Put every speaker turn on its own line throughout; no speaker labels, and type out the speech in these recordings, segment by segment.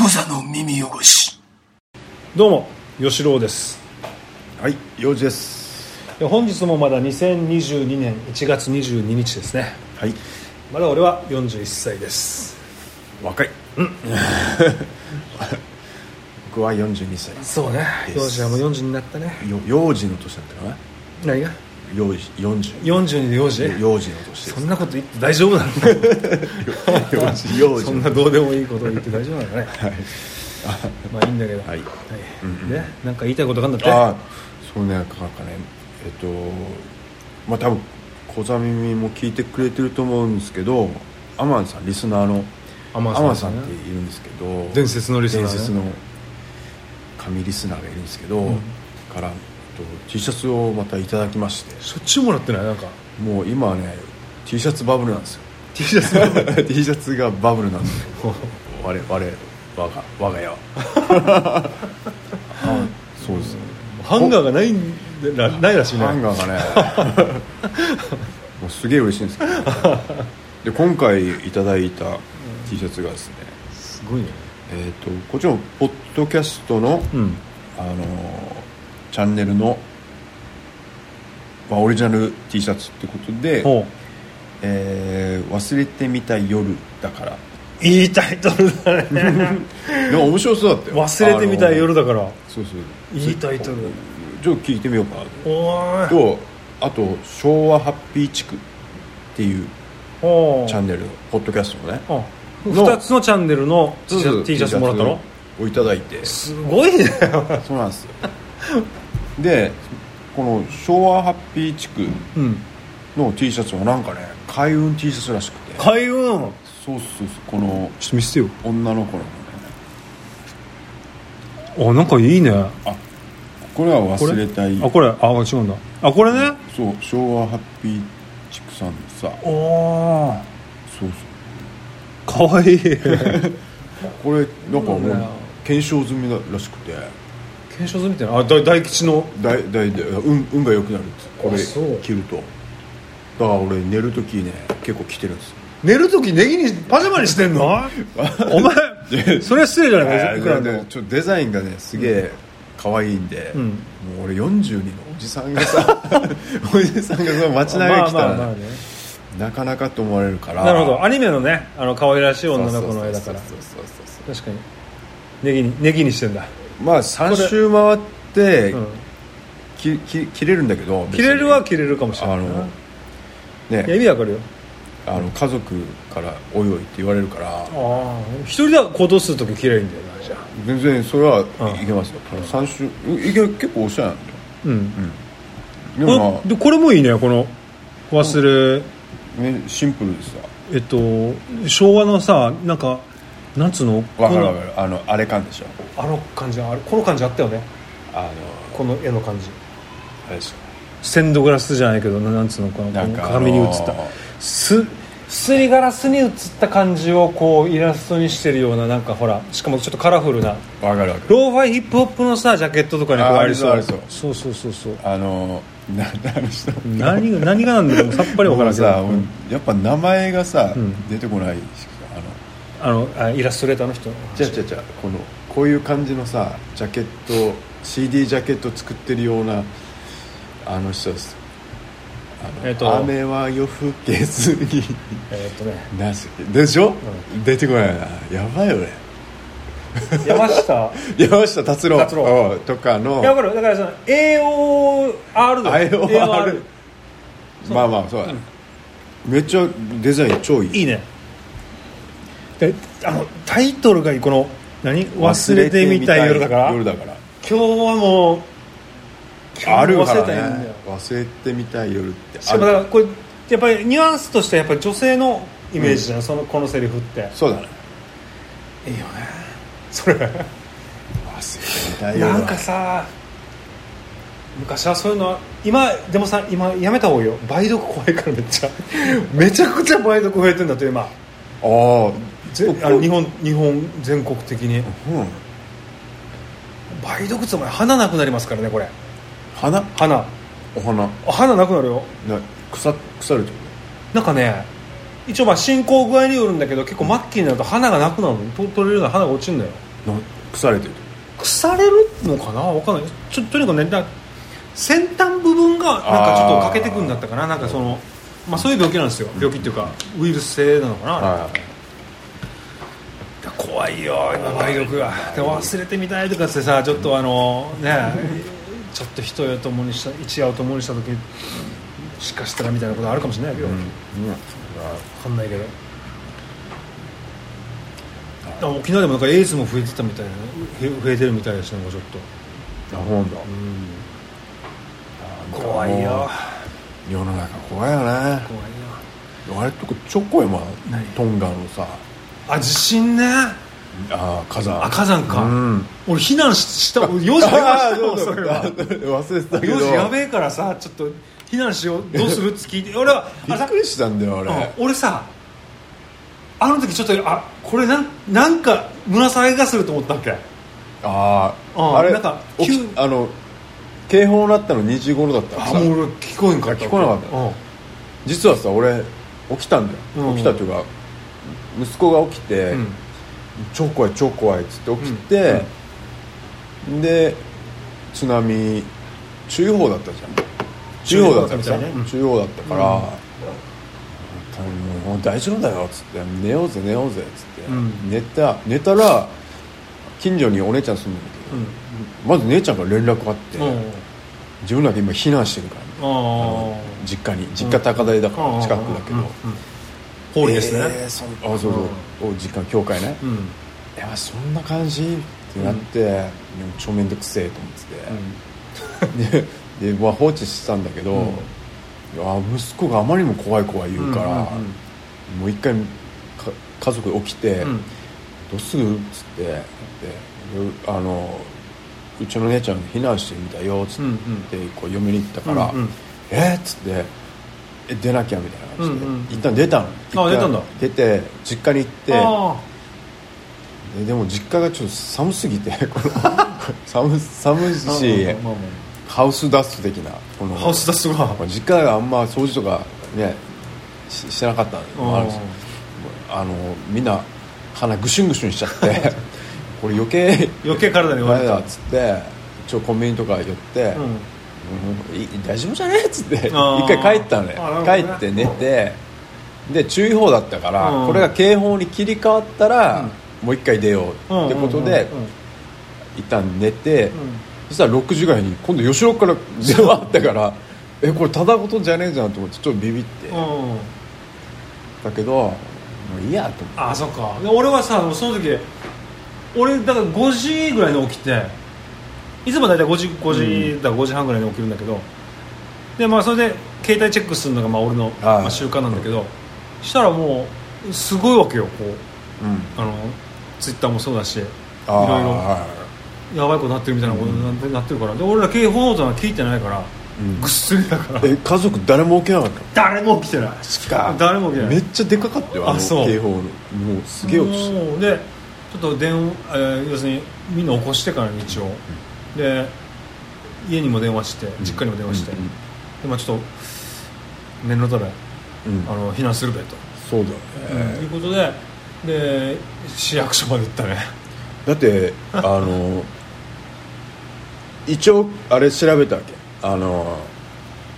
無座の耳汚し
どうも吉郎です
はい、用事です。
いや本日もまだ2022年1月22日ですね
はい、
まだ俺は41歳です
若い。うん。 僕は四十二歳。
そうね
です
幼児はもう40になったね
よ、幼児の年だったかな。
何が
幼児、四十。
42で幼児
幼児の年です
そ。んなこと言って大丈夫なの
幼児、幼
そ
児
んな
の。
どうでもいいことを言って大丈夫なのね
はい。
まあいいんだけど
はい
でなんか言いたいことがあんだって
あ、そうね、なんかね、えっと、まあ、多分。小座耳も聞いてくれてると思うんですけど。アマンさん、リスナーの。
ア
ア
マ
マ
ン
ン
さ
さ
ん
ん,、
ね
っているんですけど。
伝説のリスナーね
伝説の。神リスナーがいるんですけど。
ん
から、えっと、T シャツをまたいただきまして。
しょっちゅうもらってないなんか
もう今はね T シャツバブルなん ですよ
T シャツ
T シャツがバブルなんですよ我々我が我 が家はあそうですね
ハンガーがないんでらないらしいね
ハンガーがね もうすげえ嬉しいんですけどで今回いただいた T シャツがですね、
すごいね
えっとこっちのポッドキャストの、
うん
あのチャンネルの、まあ、オリジナル T シャツってことで
ほう
えー忘れてみたい夜だから
いいタイトルだね
でも面白そうだったよ
忘れてみたい夜
だ
だから
そうそう
いいタイトル
ちょっと聞いてみようかな
おーい
とあと昭和ハッピー地区っていう
お
チャンネルのポッドキャストのね
あ
の
2つのチャンネルの T シャツ T シャツもらったの
をいただいて
すごいね
そうなんですよでこの昭和ハッピー地区
うん
の T シャツはなんかね開運 T シャツらしくて
開
そ
運
うそうそうこの
ちょっと見せてよ
女の子のね
あなんかいいねあ
これは忘れたい
これあ違うんだあこれね
そう昭和ハッピー地区さんのさ
おお
そうそ
かわ いい
うこれなんかも
そうだよ
う検証済みらしくて
検証図みたいなあ大大吉の
大大で運運が良くなるっつってこ
あ
れ
そう
着るとだから俺寝る時ね結構着てるんですよ
寝る時ネギにパジャマにしてんのお前それは失礼じゃない
い
いくら
や
で
で
も
ちょっとデザインがねすげえ可愛いんで、
ん
もう俺42のおじさんが さおじさんがさ街中に来たらね、
ね
なかなかと思われるから
なるほどアニメのねあの可愛らしい女の子の絵だ
そうそうそうそ
から
うそう
確かにネギにネギにしてんだ、
まあ3周回って
うん、
きき切れるんだけど
切れるは切れるかもしれない
あ
な
の
いや
ね
意味わかるよ
あの家族から「おいおい」って言われるから
ああ一人では行動する時切れるんだよなじゃあ
全然それは
うん
いけますよ、三週いけ結構おしゃれなんだよ
うん、
で
これ
もま
でこれもいいねこの忘れ、
あ、ね、シンプルでさ
えっと昭和のさなんかなんつうの
わかる
こ
わ
の
かるあのあれ感でしょ
あの感じあれこの感じあったよね
あの
この絵の感じ
あれでし
ステンドグラスじゃないけどななんつうのかな
なんか
鏡に映った
あのー
すすりガラスに映った感じをこうイラストにしてるようななんかほらしかもちょっとカラフルな
ょわかるわかる
ローファイヒップホップのさジャケットとかにこう
あー
ありそう
ありそうあり
そうそうそうそう
あのな 何の人
何が何がなんだかもうさっぱりわ
も
か
う
ら
ん
けど
さやっぱ名前がさ、
ん
出てこないしあの
あのあイラストレーターの人
じゃあじゃあじゃあこのこういう感じのさジャケット CD ジャケット作ってるようなあの人ですあの
えっと
雨は夜更けずに
えーっとね
なしでしょ、出てこないなやばいよね
山下
山下達郎
達郎
うんとかの
いやわかるだからその AOR だよ
IOR まあまあそうだね、めっちゃデザイン超いい
いいねであのタイトルがいいこの何忘れてみたい夜だから
夜
今
だから
日はもう
あるか
忘れ
ら
たいんだ
ね
よ
忘れてみたい夜って
し
あ
かもだから
る
これやっぱりニュアンスとしてやっぱり女性のイメージじゃん、そのこのセリフって
そうだね
いいよねそれ
忘れてみたい夜
なん
だ
かさ昔はそういうのは今でもさ今やめた方がいいよ梅毒怖いからめっち ゃめちゃくちゃ梅毒増えてんだって今
あ
ぜあの日本日本全国的に
あうん
梅毒ってお前鼻なくなりますからねこれ
花
鼻
お花
あ鼻なくなるよ
な腐腐るってこ
なんかね一応まあ進行具合によるんだけど結構末期になると鼻がなくなるのと取れるような鼻が落ちるんだよ
とな腐れてる
腐れるのかなわかんないちょとにかくねだ先端部分がなんかちょっと欠けてくんだったかななんかその、まあ、そういう病気なんですよ病気っていうかウイルス性なのかな、
はい
怖いよ今梅毒がで忘れてみたいとかってさちょっとあのねちょっと人を共にした一夜を共にした時しかしたらみたいなことあるかもしれないよ、
う
ど
ん
分
うん
かんないけどあ沖縄でもなんかエイズも増えてたみたいなへ増えてるみたいですねもうちょっと、
あほんだ
怖いよ
もう世の中怖いよね
怖いよ
あれとかちょこいま
何
トンガのさ
あ地震ね
あー火山
あ火山か、
うん
俺避難しした4時
あ
出ました
ー
もん
そ
そうれ
だ
は
忘れてたけど
4時やべえからさちょっと避難しようどうするって 聞いて俺は
び
あ
っ
さ
くりしたんだよあれ
うん俺さあの時ちょっとあこれなんなんか紫がすると思ったっけ
あ
うん
ああれ
なんか
起き
急
あの警報鳴ったの2時頃だったの
あ
さ
もう俺聞こえんかった
聞こえなかった実はさ俺起きたんだよ、
うん
起きたというか息子が起きて、
うん
超怖い超怖いっつって起きて、で津波注意報だったじゃん注意報だったから
注意報だった
さ、
みたいねうん
注意報だったから、もう大丈夫だよっつって寝ようぜ寝ようぜっつって、
うん
寝た寝たら近所にお姉ちゃん住んでるんだけ
う
ど、ま
ん
ず姉ちゃんから連絡があって、
うん
自分らが今避難してるから、ね
ああ
実家に実家高台だから、近くだけど、
うんうんホーリーですね、
えーそんあそうそう、お実家の教会ね、
う
い
ん
やそんな感じってなって、でも超面倒くせえと思ってて、でで、まあ、放置してたんだけど、
うん
いや息子があまりにも怖い怖い言うから、
うんうん
もう一回か家族起きて、
うん
どうするっつってであのうちの姉ちゃん避難してみたよっつって、
うん
こう嫁に行ったから「
うんうん
えっ?」つってえ「出なきゃ」みたいな感じで、
うんうん
一旦出たの一旦
出たんだ
出て実家に行って
あ
ででも実家がちょっと寒すぎてこの 寒寒い
あ
し
まあまあま
ハウスダスト的なこの
あハウスダストが
実家があんま掃除とかねししてなかったのもあるんですよあのみんな鼻ぐしゅんぐしゅんしちゃって これ余計
余計体に
ダメ
悪い
だっつって一応コンビニとか寄って、
う
うん
ん
い大丈夫じゃねっつって一
あー
回帰ったのね
あなる
帰
ほどね
って寝てで注意報だったから、
うん
これが警報に切り替わったら、もう一回出ようってことで、
うんうんうん
一旦寝て、
うん
そしたら6時ぐらいに今度吉岡から電話あったからえこれただごとじゃねえじゃんと思ってちょっとビビって、
うんうん
だけどもういいやと思って。
あそっかで俺はさその時俺だから5時ぐらいに起きていつも大体5時 ,5 時だから5時半ぐらいに起きるんだけど、でまあそれで携帯チェックするのがまあ俺の、
はい
まあ、習慣なんだけどしたらもうすごいわけよこう
うん
あのツイッターもそうだし
あー
いろいろ
は
やばいことなってるみたいなことになって,、なってるからで俺ら警報音なんか聞いてないから、
うん
ぐっすりだから
いえ家族誰も起きなかった
誰も起きてない
か
誰も起きてない
めっちゃでかかったよあの
あそう
警報のもうすげえ落ちて
もうでちょっと電話、えー要するにみんな起こしてから日曜で家にも電話して実家にも電話して、
うんうんうん
でまあちょっと念のためあ
た、うん、
の避難するべと、
そうだよね、
ということでで市役所まで行ったね
だってあの一応あれ調べたわけあの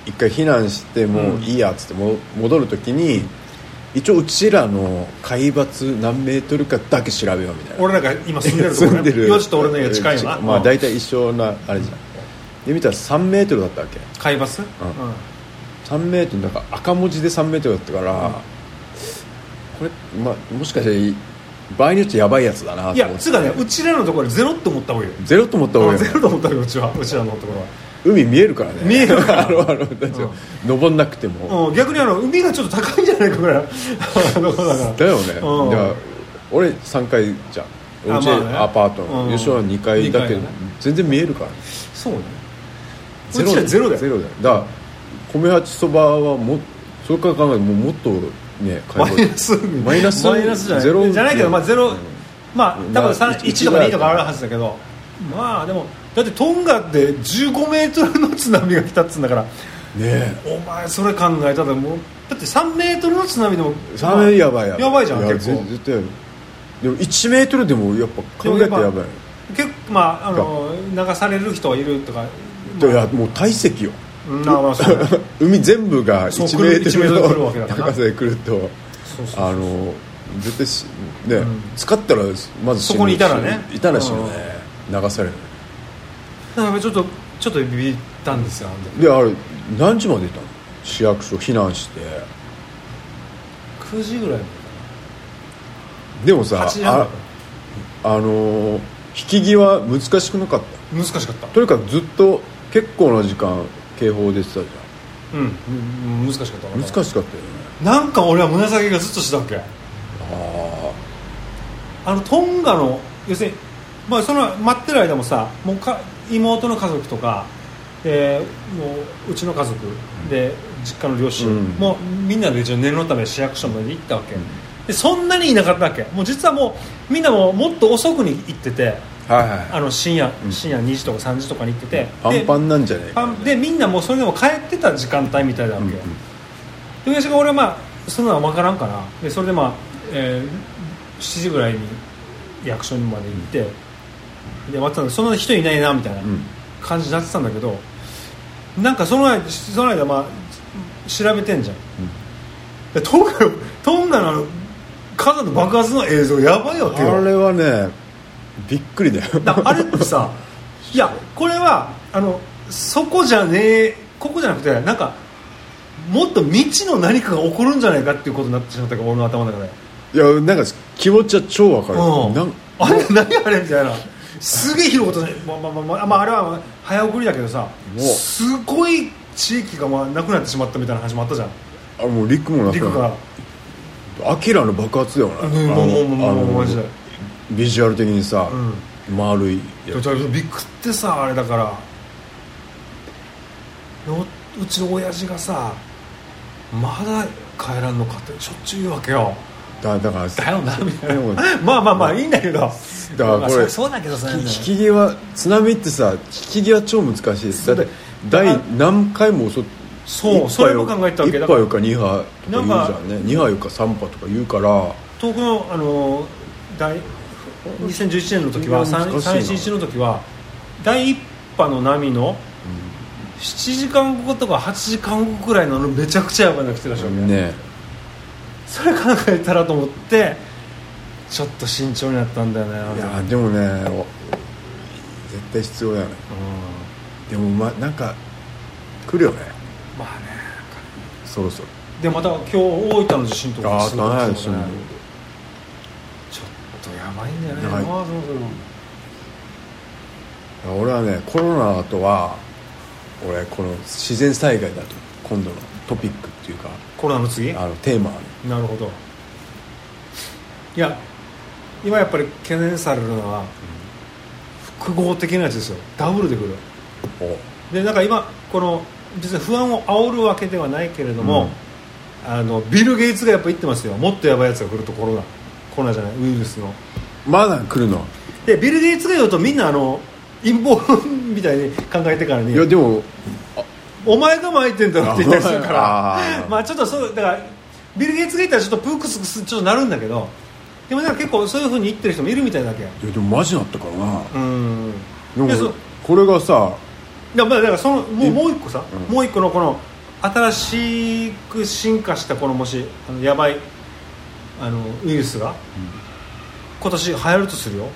一回避難してもういいやっつっても、戻る時に一応うちらの海抜何メートルかだけ調べようみたいな
俺らが今住んでるところ、ね、
住んでる
よちょっと俺の家近いよな、
まあ
海
大体一緒なあれじゃんで見たら3メートルだったわけ
抜、
う
うん
3メートルなんか赤文字で3メートルだったから、これ、まあ、もしかして場合によってやばいやつだなと思っ
い
て
やつうかねうちらのところゼロって思った方がいいよ
ゼロと思った方がいいよ
ゼロと思った方がいいうちはうちらのところは
海見えるからね
見えるから
あのあの大丈夫登んなくても、
うん、逆にあの海がちょっと高いんじゃないかぐ らいのだから
だよね、
うん
いや俺3階じゃん
あ
うち、
まあね
アパートの、
うん
吉は2階だけど、
二階だね
全然見えるから
そうねうちらゼロだよ
ゼロだよだから米八そばはもそれから考えるともうもっとね
マ
買い物
イナス
マイナス
マイナスじゃない
ゼロ
じゃないけどまあゼロ、
うん
まあ多分
まあ
三
一
1とか2とかあるはずだけどまあでもだってトンガって15メートルの津波が来たっつうんだから
ねえ
お前それ考えたらもうだって3メートルの津波でも
サメやばいやばい
やばいじゃん
いや
結構
絶絶対やるでも1メートルでもやっぱ考えてやばい
結構まああの流される人はいるとか、
いやもう体積よ
まあまあそ うだね
海全部が
そう
1メートル
1メートル来るわけ
の
だから
高さで来ると
そうそうそう
あの絶対しね、
うん
使ったらまず死ぬし
そこにいたらね
いたら死ぬね流される
だからちょっとちょっとビビったんですよあの時
であれ何時までいたの市役所避難して
9時ぐらい
でも
8
さ
時半だ
あ
か
あのー引き際難しくなかっ
ら難しかった
たとにかくずっと結構な時間警報出てたじ
うんうん難しかった
ゃん難し
し
かったよね
なんか俺は胸下げがずっとしてたわけ
あ
あのトンガの要するに、まあ、その待ってる間もさもうか妹の家族とか、えーもううちの家族で実家の両親、
うん
もうみんなで一応念のため市役所まで行ったわけ、でそんなにいなかったわけもう実はもうみんなもうもっと遅くに行ってて
あはいはい
あの深夜
うん
深夜2時とか3時とかに行ってて、
パ
で
ンパンなんじゃない
パ
かな
ンでみんなもうそれでも帰ってた時間帯みたいなわ
うん
け、
うん
で親父が俺はまあそんなの分からんからでそれでまあ、えー7時ぐらいに役所にまで行って、で終わってたんだけどそんな人いないなみたいな
うん
感じになってたんだけど、なんかその間その間まあ調べてんじゃんでトンガトンガのあの火山の爆発の映像やばいわけよ
あれはねびっくりだよ
だからあれってさいやこれはあのそこじゃねえここじゃなくてなんかもっと未知の何かが起こるんじゃないかっていうことになってしまったから俺の頭の中で、
いやなんか気持ちは超わかる
うん
なん
あれ何あれみたいなすげえ広いことね、まあまあまあまあまあ、あれは早送りだけどさ
もう
すごい地域がまあなくなってしまったみたいな話もあったじゃん
あもう陸もなく
陸
な
が
る、アキラの爆発だよな、
うん、
あ
もうもう
の
もうもう
あ
マジで
のビジュアル的にさ、
う
丸い
い
や
や
つ
ちょっとびっくってさあれだからのうちの親父がさまだ帰らんのかってしょっちゅう言うわけよ
だだから
だよなみたいな
でも
まあまあまあいいんだけどだ
から
か
これ
そうそうだけどさ
引き際津波ってさ引き際超難しいですだって第何回も襲って
そうそれも考えたわけ
1
だから
波よか2波とか言うじゃんね2波よか3波とか言うから
東北のあの第2011年の時は
それは難しいな
311の時は第1波の波の7時間後とか8時間後くらいのあのめちゃくちゃやばいの来てたでしょ、
ね
それ考えたらと思ってちょっと慎重になったんだよねあの
い
時
やでもねお絶対必要だよね
う
でもまなんか来るよね
んまあね
そろそろ
でまた今日大分の地震とか
あ
すごい
あ
ですよねちょっとやばいんじゃないかな
や
そ
ば
ろそろ
俺はねコロナの後は俺この自然災害だと今度のトピックっていうか
コロナの次
あ
な
のテーマ
るほどいや今やっぱり懸念されるのは複合的なやつですよダブルでくる
を
でなんか今この実は不安を煽るわけではないけれども、あのビル・ゲイツがやっぱ言ってますよもっとやばいやつが来るとコロナコロナじゃないウイルスの
まだ来るの
でビル・ゲイツが言うとみんなあの陰謀みたいに考えてからに
いやでも
お前が巻いてんだろって言ったりするか
あ
ら
ー
まあちょっとそうだからビル・ゲイツが言ったらちょっとプークスクスちょっとなるんだけどでもなんか結構そういうふうに言ってる人もいるみたいだけ
いやでもマジだったからな
うん
でも
いやそう
これがさ
だからだからそのもう
え
もう一個さ、
うん
もう一個のこの新しく進化したこのもしあのやばいあのウイルスが、今年流行るとするよ、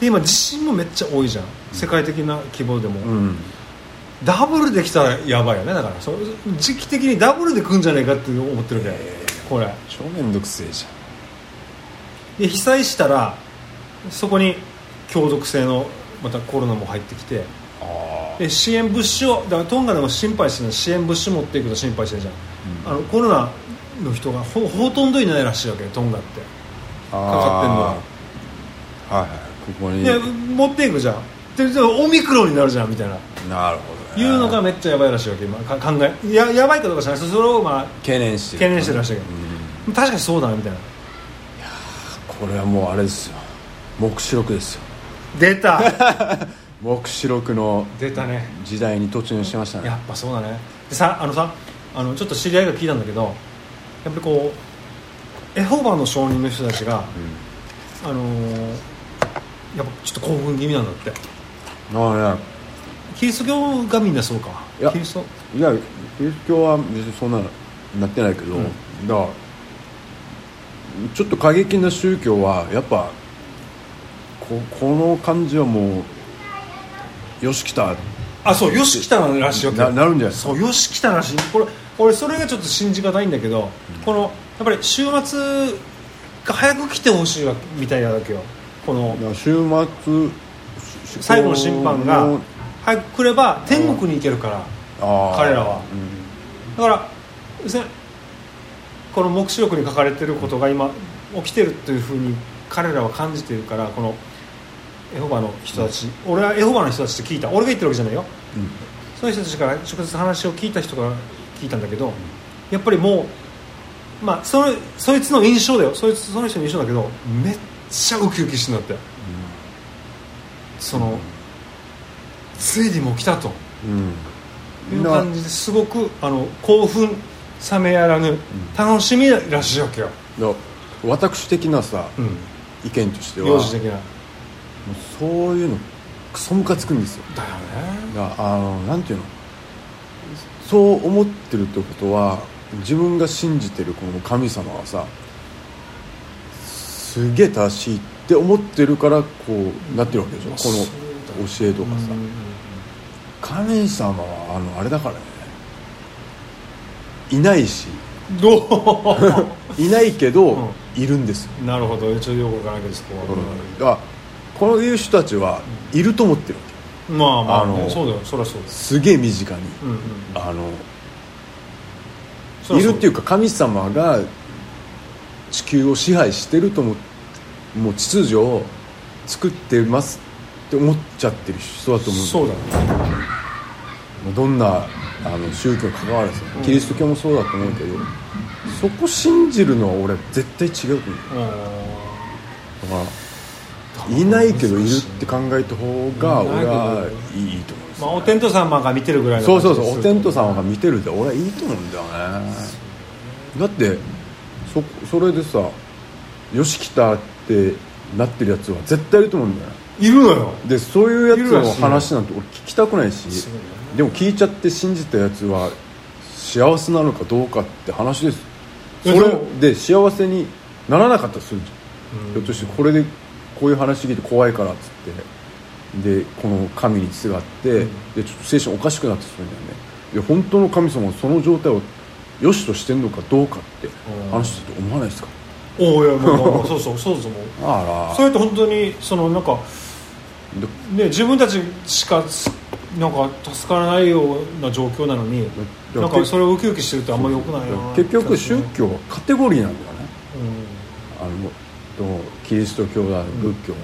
で今地震もめっちゃ多いじゃん世界的な規模でも、
うん
ダブルできたらやばいよねだからそう時期的にダブルで来るんじゃないかって思ってるんだよ、これ
超めんどくせえじ
で被災したらそこに強毒性のまたコロナも入ってきて
ゃんあ
で支援物資をだからトンガでも心配してるの支援物資持っていくと心配してるじゃん、あのコロナの人がほほとんどいないらしいわけよトンガって
あ
かか
あはいはいここに
で持っていくじゃんででもオミクロンになるじゃんみたいな
なるほど、ね、
いうのがめっちゃやばいらしいわけ今か考えややばいかどうかじゃないそれをまあ
懸念してる
懸念してるらしいけど
うん
確かにそうだなみたいな
これはもうあれですよ黙示録ですよ
出た
黙示録の
出たね
時代に突入してましたね
やっぱそうだねでさあのさあのちょっと知り合いが聞いたんだけどやっぱりこうエホバの証人の人たちが
う
あのーやっぱちょっと興奮気味なんだって
ああ
キリスト教がみんなそうか
いや
キリスト
いやいやキリスト教は別にそんなのなってないけど、
うん
だからちょっと過激な宗教はやっぱここの感じはもうよし来た
あそうよしきたらしいわけ
ななるんじゃないですか
そうよし来たらしいこれ俺それがちょっと信じがたいんだけど、このやっぱり週末が早く来てほしいわけみたいなわけよこの
だから週末し
最後の審判
こ
が
の
早く来れば天国に行けるから、
あー
彼らは
うん
だからせこの黙示録に書かれてることが今起きてるというふうに彼らは感じてるからこのエホバの人たち、俺はエホバの人たちって聞いた俺が言ってるわけじゃないよ
うん
その人たちから直接話を聞いた人から聞いたんだけど、やっぱりもう、まあ、そのそいつの印象だよそいつその人の印象だけどめっちゃウキウキしてんだってその、ついにもう来たと
うん
い
みん
う
な
感じですごくあの興奮冷めやらぬ楽しみらしいわけよ、
だから私的なさ
うん、
意見としては
幼児的な
もうそういうのクソムカつくんですよ
だよ
だ
ね
あのなんていうのそう思ってるってことは自分が信じてるこの神様はさすげえ正しいって思ってるからこうなってるわけでしょこ
そう
の教えと
だ
かさ
うん
神様はあのあれだからねいないし
どう
いないけど、
うん
いるんですよ
なるほどちょっとよくわからないけどそこは、
だからこういう人たちはいると思ってるわけ
まあまあ,、ね、
あの
そうだよそりゃそうです、
すげえ身近に、
うんうん
あの
そり
い
ゃそう
るっていうか神様が地球を支配してると思ってもう秩序を作ってますって思っちゃってる人だと思う
そうだね
どんなあの宗教に関わらずキリスト教もそうだと思うけど、そこ信じるのは俺絶対違うと思うだからいないけどいるって考えた方が俺はいいと思うんです
ま
よ
あ、お天道様が見てるぐらいの
そう
感じ
そ
で
う
す
そうお天道様が見てるって俺はいいと思うんだよねだってそそれでさ「よし来た」ってなってるやつは絶対いると思うんだよね
いるのよ
でそういうやつ
いる
の
らしいよ
話なんて俺聞きたくないし
そう
でも聞いちゃって信じたやつは幸せなのかどうかって話ですそ
え
れ
でも
で幸せにならなかったりするじゃん
うん
ひょっとしてこれでこういう話聞いて怖いからっつってでこの神にすがってでちょっと精神おかしくなってするんだよねで本当の神様はその状態を良しとしてんのかどうかって
うん
話してて思わないですか
おおいやもうもうもうそうそうそうそうもう
あ
それって本当にそのなんか
で
ね自分たちしかすなんか助からないような状況なのに
だ
なんかそれをウキウキしてるとあんまり良くないよな
結局宗教はカテゴリーなんだよね
うん
あのとキリスト教だの仏教だ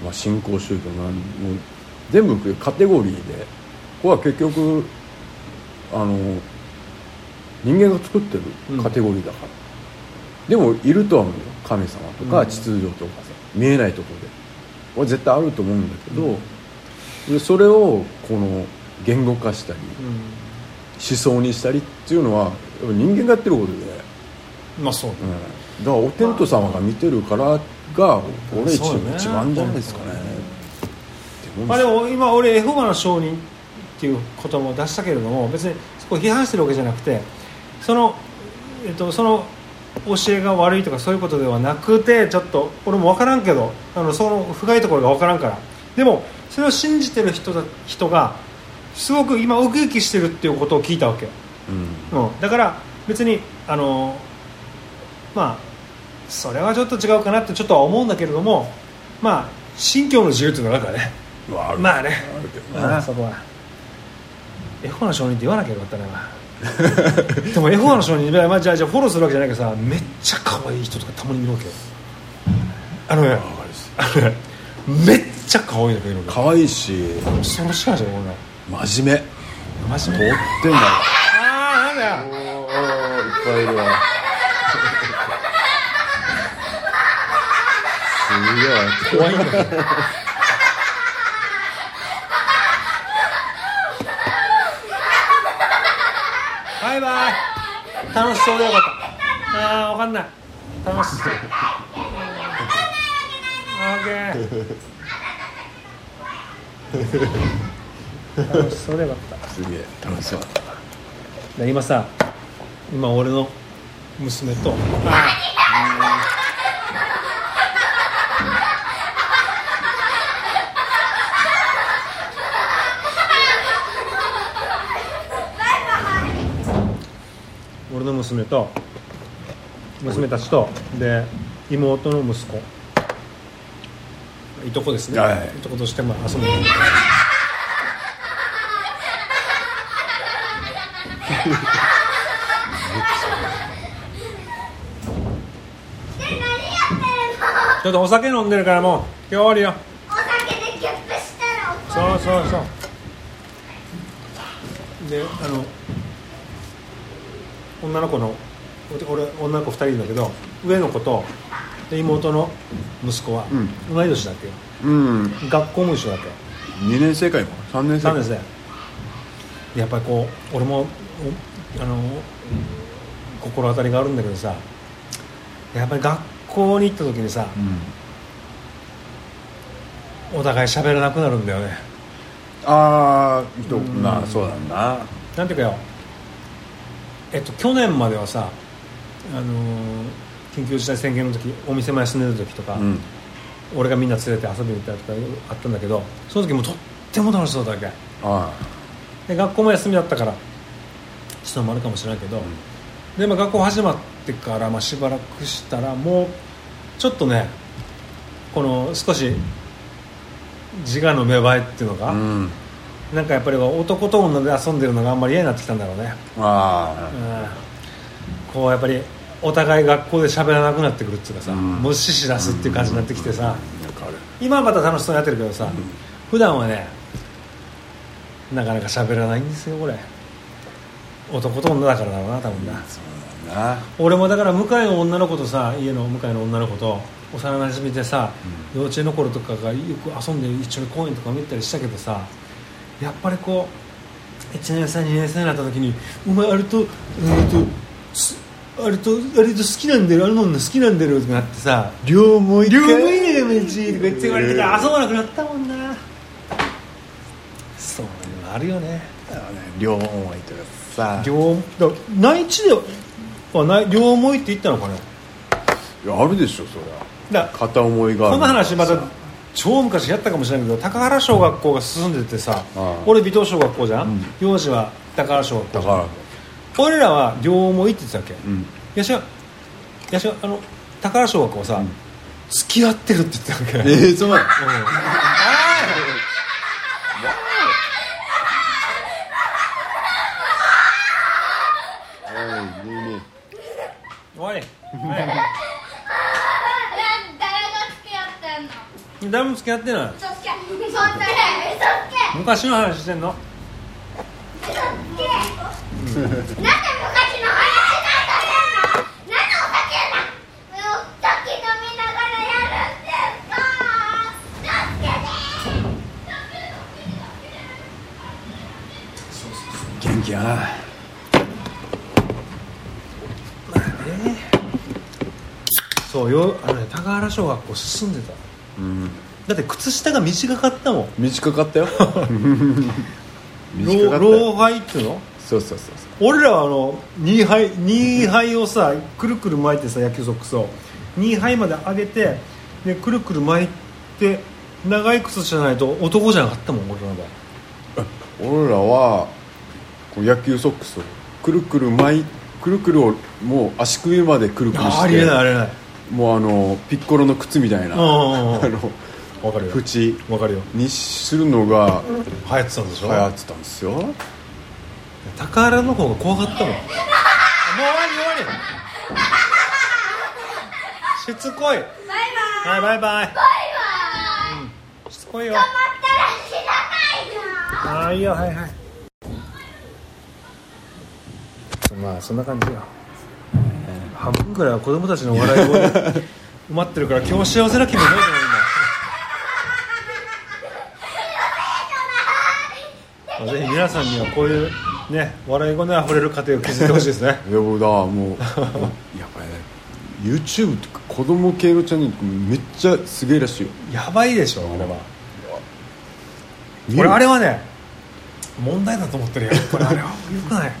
の、まあ、信仰宗教だのもう全部カテゴリーでここは結局あの人間が作ってるカテゴリーだから、でもいるとは思うよ神様と
う
か
ん
秩序とかさ、見えないところでこれ絶対あると思うんだけど、でそれをこの言語化したり
う
思想にしたりっていうのはやっぱ人間がやってることで。
んまあそうね
だからお天道様が見てるからが俺一,、
そうね
一番じゃないですかねって思うん
まあ
す
で
よ
も今俺エホバの証人っていう言葉を出したけれども別にそこを批判してるわけじゃなくてその,、えっと、その教えが悪いとかそういうことではなくてちょっと俺も分からんけどあのその深いところが分からんからでもそれを信じてる人だ人がすごく今ウキウキしてるっていうことを聞いたわけ、うん、だから別にあのまあそれはちょっと違うかなってちょっとは思うんだけれどもまあ信教の自由っていうのがあるからね
うんまあ
まあね
るけど
まあ
ね
そこはエホバの証人って言わなきゃよかったな今 でもエホバの証人、まあ、じゃあじゃあフォローするわけじゃないけどさめっちゃ可愛い人とかたまに見るわけよあのね
わかるし
あのねめっちゃ可愛いのがいるのよ
可愛いし
恐ろしい話だよ俺
真面目
マジ
と
で
ってんだ
ああなんだよ
おーいっぱいいるわすげえ
怖いんだよバイバイ楽しそうでよかったああわかんない楽しそう
あ
ラオケ楽しそうでよかった
すげえ楽しそうだった
で今さ今俺の娘と俺の娘と娘たちとで妹の息子いとこですね、
はい
いとことしても遊んでるちょっとお酒飲んでるからもう今日終わりよそうそうそうであの女の子のお俺女の子2人いるんだけど上の子とで妹の息子は
うん
同い年だっけ、
うん
学校も一緒だっ
2年生か今3年
け
生
3
か
年生でやっぱりこう俺もおあの心当たりがあるんだけどさやっぱり学校に行った時にさ
うん
お互い喋らなくなるんだよね
ああ人
うん
まあそうだな
なんていうかよえっと去年まではさあのー緊急事態宣言の時お店も休んでる時とか、
うん
俺がみんな連れて遊びに行ったりとかあったんだけどその時もうとっても楽しそうだわけ
あ
で学校も休みだったからちょっともあるかもしれないけど、
ん
でまあ学校始まってから、まあ、しばらくしたらもうちょっとねこの少し自我の芽生えっていうの
あ
が、
うん
なんかやっぱり男と女で遊んでるのがあんまり嫌になってきたんだろうね
あ
うんこうやっぱりお互い学校で喋らなくなってくるっていうかさ、
うん
無視しだすっていう感じになってきてさ、
あわかる
今はまた楽しそうにやってるけどさ、
ん
普段はねなかなか喋らないんですよこれ男と女だからだろうな多分な、
そうだな
俺もだから向かいの女の子とさ家の向かいの女の子と幼なじみでさ、幼稚園の頃とかがよく遊んで一緒に公園とか見たりしたけどさやっぱりこう1年生2年生になった時に「お前あれとあれとすあれとあれと好きなんだよあれの女好きなんだよ」とかなってさ
両も
「両方いいねめっちとか言って言われてた遊ばなくなったもんなそういうのあるよね
両思いとかさ
両だ内地ではない両思いって言ったのかない
やあるでしょそり
だ
ゃ片思いがある
この話また超昔やったかもしれないけど高原小学校が進んでてさ
うん
俺尾藤小学校じゃん、
うん
幼児は高原小学校
だから
俺らは両思いって言ってたっけ、
うん
やしがやしがあの高原小学校はさ、
うん
付き合ってるって言ってたわけ、
ええそうなのおいねえね
おい誰も付き合ってない昔の話してんの
え元気やな
そうよあの、ね、高原小学校進んでた
うん
だって靴下が短かったもん
短かった よ短か
老
った
老
よ
廃っていうの
そうそうそうそ
俺らはあの2杯二杯をさくるくる巻いてさ野球ソックスを2杯まで上げてでくるくる巻いて長い靴じゃないと男じゃなかったもん俺らの場合
う俺らはこう野球ソックスをくるくる巻いくるくるをもう足首までくるくる
あ
し
ありえないあ
て
りえない
もうあのピッコロの靴みたいな
うんうん
あ
うん
の
わかるよ
縁
わかるよ
にするのが
流行ってたんでし
流
ょ
行ってたんですよ
高原の方が怖かったもんもう終わり終わりしつこいはいバイバイうんしつこいよああいいよはいはいまあそんな感じよ半分くらいは子供たちの笑い声で埋まってるから今日幸せな気分ないと 思う今ぜひ皆さんにはこういうね笑い声のあふれる家庭を築いてほしいですね
いや僕だもうやっぱりね YouTube とか子供系のチャネルめっちゃすげえらしいよ
やばいでしょあれは
見る
俺あれはね問題だと思ってるよこれあれはよくない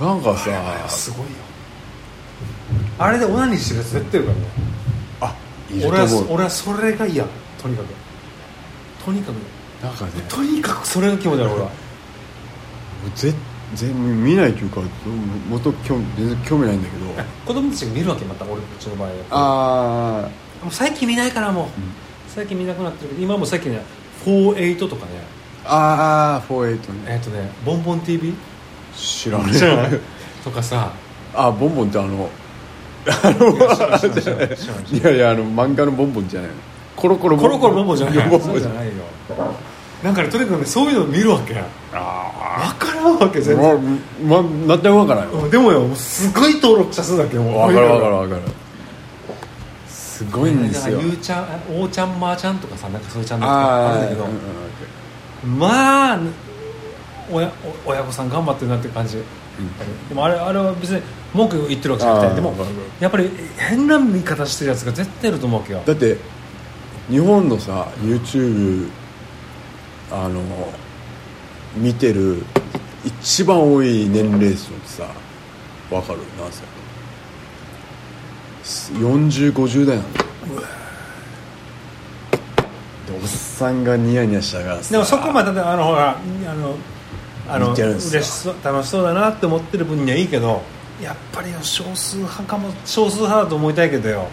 なんかさ
すごいよあれでオナニーしてるやつ絶対いるからね
あいる
俺は
と思う
俺はそれが嫌とにかくとにかく
なんかね
とにかくそれが気持ち悪い俺は
もうぜ全然見ないというかもと興味全然興味ないんだけど
子供たちが見るわけまた俺たちの場合
ああ
もう最近見ないからもう、最近見なくなってるけど今もさっきね48とかね
ああ48ね
えっ、とねボンボン TV
知らない
と かさ
あボンボンってあの
知らない
いやいやあの漫画のボンボンじゃないのコロコロ
コロコロボンボンじゃない
ボンボ
そう
ン
じゃないよなんかねとにかくねそういうの見るわけ分からんわけ全然
ままなってわからんよ
うんでもよもうすごい登録者数だけどもう
わかるわかるわかるすごいんですよ
なんかゆうちゃんあおーちゃんまーちゃんとかさなんかそういうチャンネルとかあ
あ
るん
あ
だけどまあ親お親御さん頑張ってるなって感じ、でもあれあれは別に文句言ってるわけじゃなく
あー
てでも
わかる
やっぱり変な見方してるやつが絶対いると思うわけよ
だって日本のさ YouTube あの見てる一番多い年齢層ってさわかる何歳4050代なのでおっさんがニヤニヤしながらさ
でもそこまでだってあのほらあのあの
見てるんですよ
嬉しそう楽しそうだなって思ってる分にはいいけどやっぱりよ少数派かも少数派だと思いたいけどよ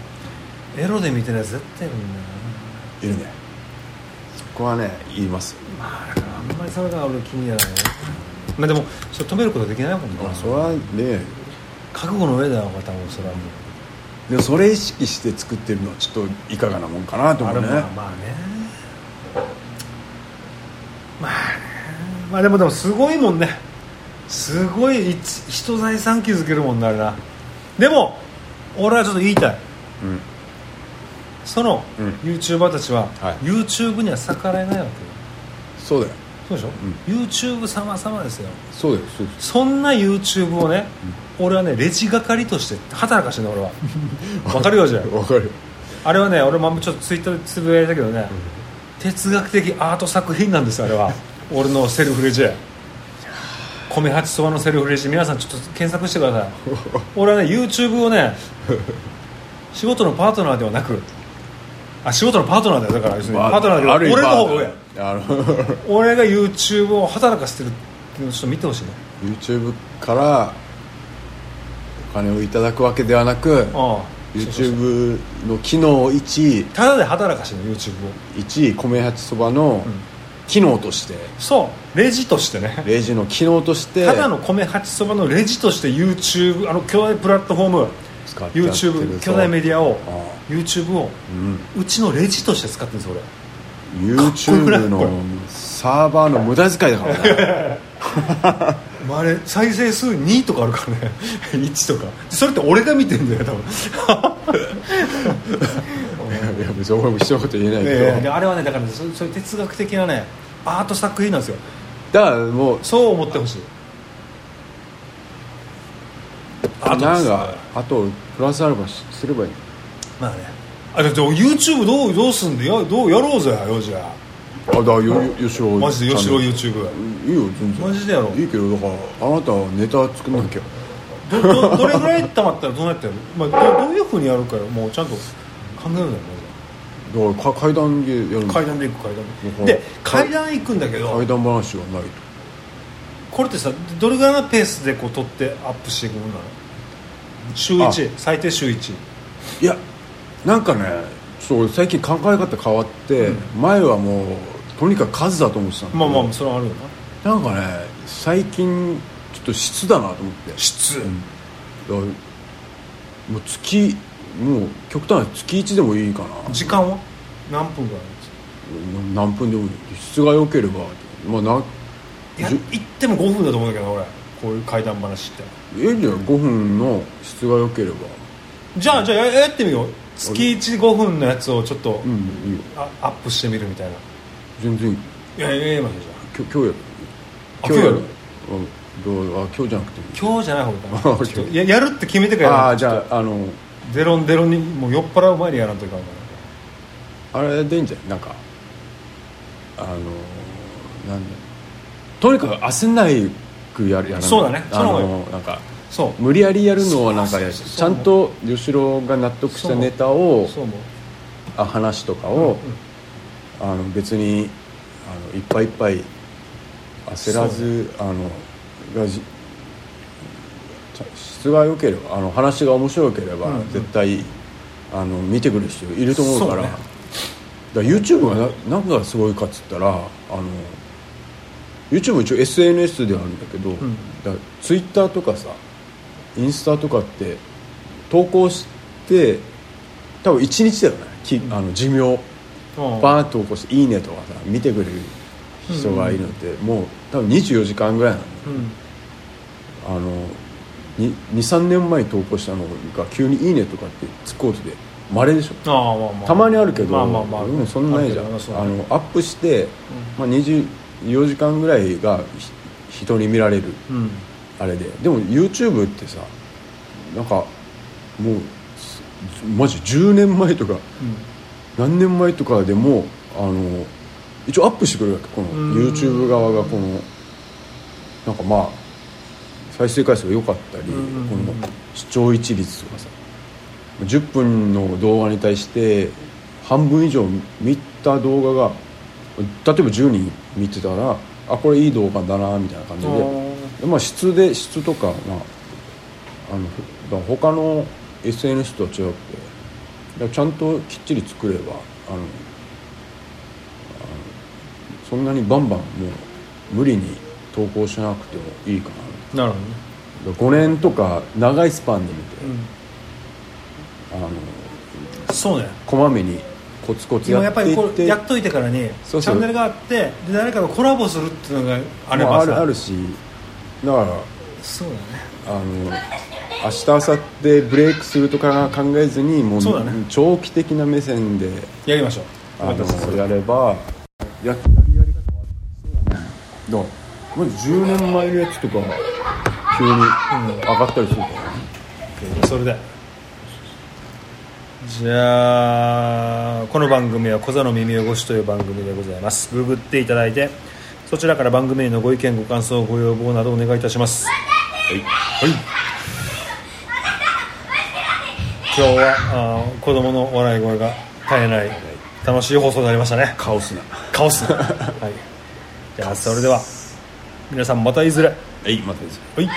エロで見てるやつ絶対いるんだよ
いるねそこはね言います
なまあだからあんまりそれが俺気にならないねまあでもそれ止めることできないもんな
それはね
覚悟の上だよまたもうそれはもう
でもそれ意識して作ってるのはちょっといかがなもんかなと思
あれ
うね
まあまあねまあねまあでもでもすごいもんねすごいいつ人財産気づけるもんなあれなでも俺はちょっと言いたい
うん
その
うん
YouTuber たちは、
はい
YouTube には逆らえないわけよ
そうだよ
そうでしょ、YouTube 様々ですよ
そうだよそうだよ
そんな YouTube をね、俺はねレジ係として働かしてん だ俺はわかるよじゃあ
わかる
あれはね俺もちょっとツイッターでつぶやいたけどね、哲学的アート作品なんですよあれは俺のセルフレジ米八そばのセルフレジ皆さんちょっと検索してください俺はね YouTube をね仕事のパートナーではなくあ仕事のパートナーだよだから要するにパートナーだ
あ
け
る
ど
意味
俺の方
パ
が上
ートナーあの
俺が YouTube を働かせてるっていうのをちょっと見てほしいね
YouTube からお金をいただくわけではなく
ああ
YouTube の機能を1
ただで働かしてるの YouTube を
1米八そばの機能として
そうレジとしてね
レジの機能として
ただの米八そばのレジとして YouTube あの巨大プラットフォーム
使ってやってる
YouTube 巨大メディアを
あ
YouTube を
うん
うちのレジとして使ってるんです俺かっこよくない
YouTube
こ
の
れ
サーバーの無駄遣いだからね
まあ、あれ再生数2とかあるからね 1とかそれって俺が見てんだよ 多分
いや別に俺も人のこと言えないけど、
ねえであれはねだからねそそういう哲学的なねアート作品なんですよ
だからもう
そう思ってほしいアートで
なん
す
かあとプラスアルファすればいい
まあねあでもでも YouTube どうどうすんでよどうやろうぜよじゃ
あだからよよしろ
あマジで吉郎
いいよ
YouTube
全然
マジでやろう
いいけどだからあなたはネタ作んなきゃ
どどどれぐらい溜まったらどうなってやる、まあ、どどういうふうにやるかよもうちゃんと考えるんだよま
だからか階段でやるん
ず
だ
階段で行く階段
ん
でで階段行くんだけど
階段話はない
これってさどれぐらいのペースでこう取ってアップしていくものなの週1最低週1
といやなんかねちょっと俺最近考え方変わって、前はもうとにかく数だと思ってたんだけ
まあ
ど
まあそれはあるよな
なんかね最近ちょっと質だなと思ってだか
質、
らもう月もう極端な月1でもいいかな
時間は何分ぐらい
な何分でもいい質が良ければまあな
あるんですかいや行っても5分だと思うんだけど俺こういう階段話って
ええんじゃない5分の質が良ければ
じゃあじゃあややってみよう月15分のやつをちょっと、
うんいいよ
あアップしてみるみたいな
全然いい
いやいやいや今じゃ
今日今日やる
あ今日やる
うんどうあ今日じゃなくてもいい
今日じゃない方がいいかなちょっと
OK
ややるって決めてからや
あ
ろ
あ
う
じゃああの
デロンデロンにもう酔っ払う前にやらんといかんから
あれでいいんじゃないなんかあのなんだとにかく焦んないくやるやらない
そうだね
あ
その方
のなんか
そう
無理やりやるのはなんか
そうそうそう
ちゃんと吉郎が納得したネタを
そう思う
あ話とかを、あの別にあのいっぱいいっぱい焦らず、あのがじちゃ質が良ければあの話が面白ければ、
うんうん
絶対あの見てくる人いると思うから
そうね
だから YouTube がな何がすごいかっつったらあの YouTube 一応 SNS ではあるんだけど、
ん
だ Twitter とかさインスタとかって投稿して多分1日だよねきあの寿命
うん
バーッと投稿して「いいね」とかさ見てくれる人がいるのって、もう多分24時間ぐらいなの
うん
あの23年前に投稿したのが急に「いいね」とかって突っ込んでてまれでしょ
ああまあまあ
たまにあるけど、
まあまあまあ
俺もそんなないじゃん
あ
あ
るけどな
のアップして、まあ、24時間ぐらいがひ人に見られる
そううん
あれででも YouTube ってさなんかもうすマジ10年前とか何年前とかでもあの一応アップしてくれるわけこの
うーん
YouTube 側がこのなんかまあ再生回数が良かったりこ
うんうんうん
の視聴一率とかさ10分の動画に対して半分以上見た動画が例えば10人見てたらあこれいい動画だなみたいな感じ
うん
で。でまあ、質で質とか、まあ、あのだから他の SNS とは違くてだからちゃんときっちり作ればあのあのそんなにバンバンもう無理に投稿しなくてもいいか
なるほどね
なだから5年とか長いスパンで見て、あの
そうね
こまめにコツコツや
今やっ
っ
ぱ
て
り
い
こ
っ
う
て
やっといてからにチ
そうそう
ャンネルがあってで誰かとコラボするっていうのがあれ
まあ
ば
ある
さ
あるしだから
そうだ
あ
ね
の明日明後日ブレイクするとか考えずにもう
そうだね
長期的な目線で
やりましょう
あ
よかったです
のやればややるやり方もあるからそうだねだまず10年前のやつとか急に上がったりするから、
それでじゃあこの番組は「小座の耳汚し」という番組でございますググっていただいてそちらから番組へのご意見ご感想ご要望などお願いいたします
はい、はい、
今日はあー子供の笑い声が絶えない楽しい放送になりましたね
カオスなは
カ オスなはいじゃあそれでは皆さんまたいずれ
いまたです
はい
「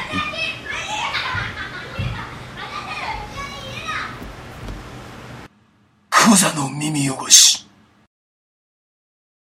クザの耳汚し」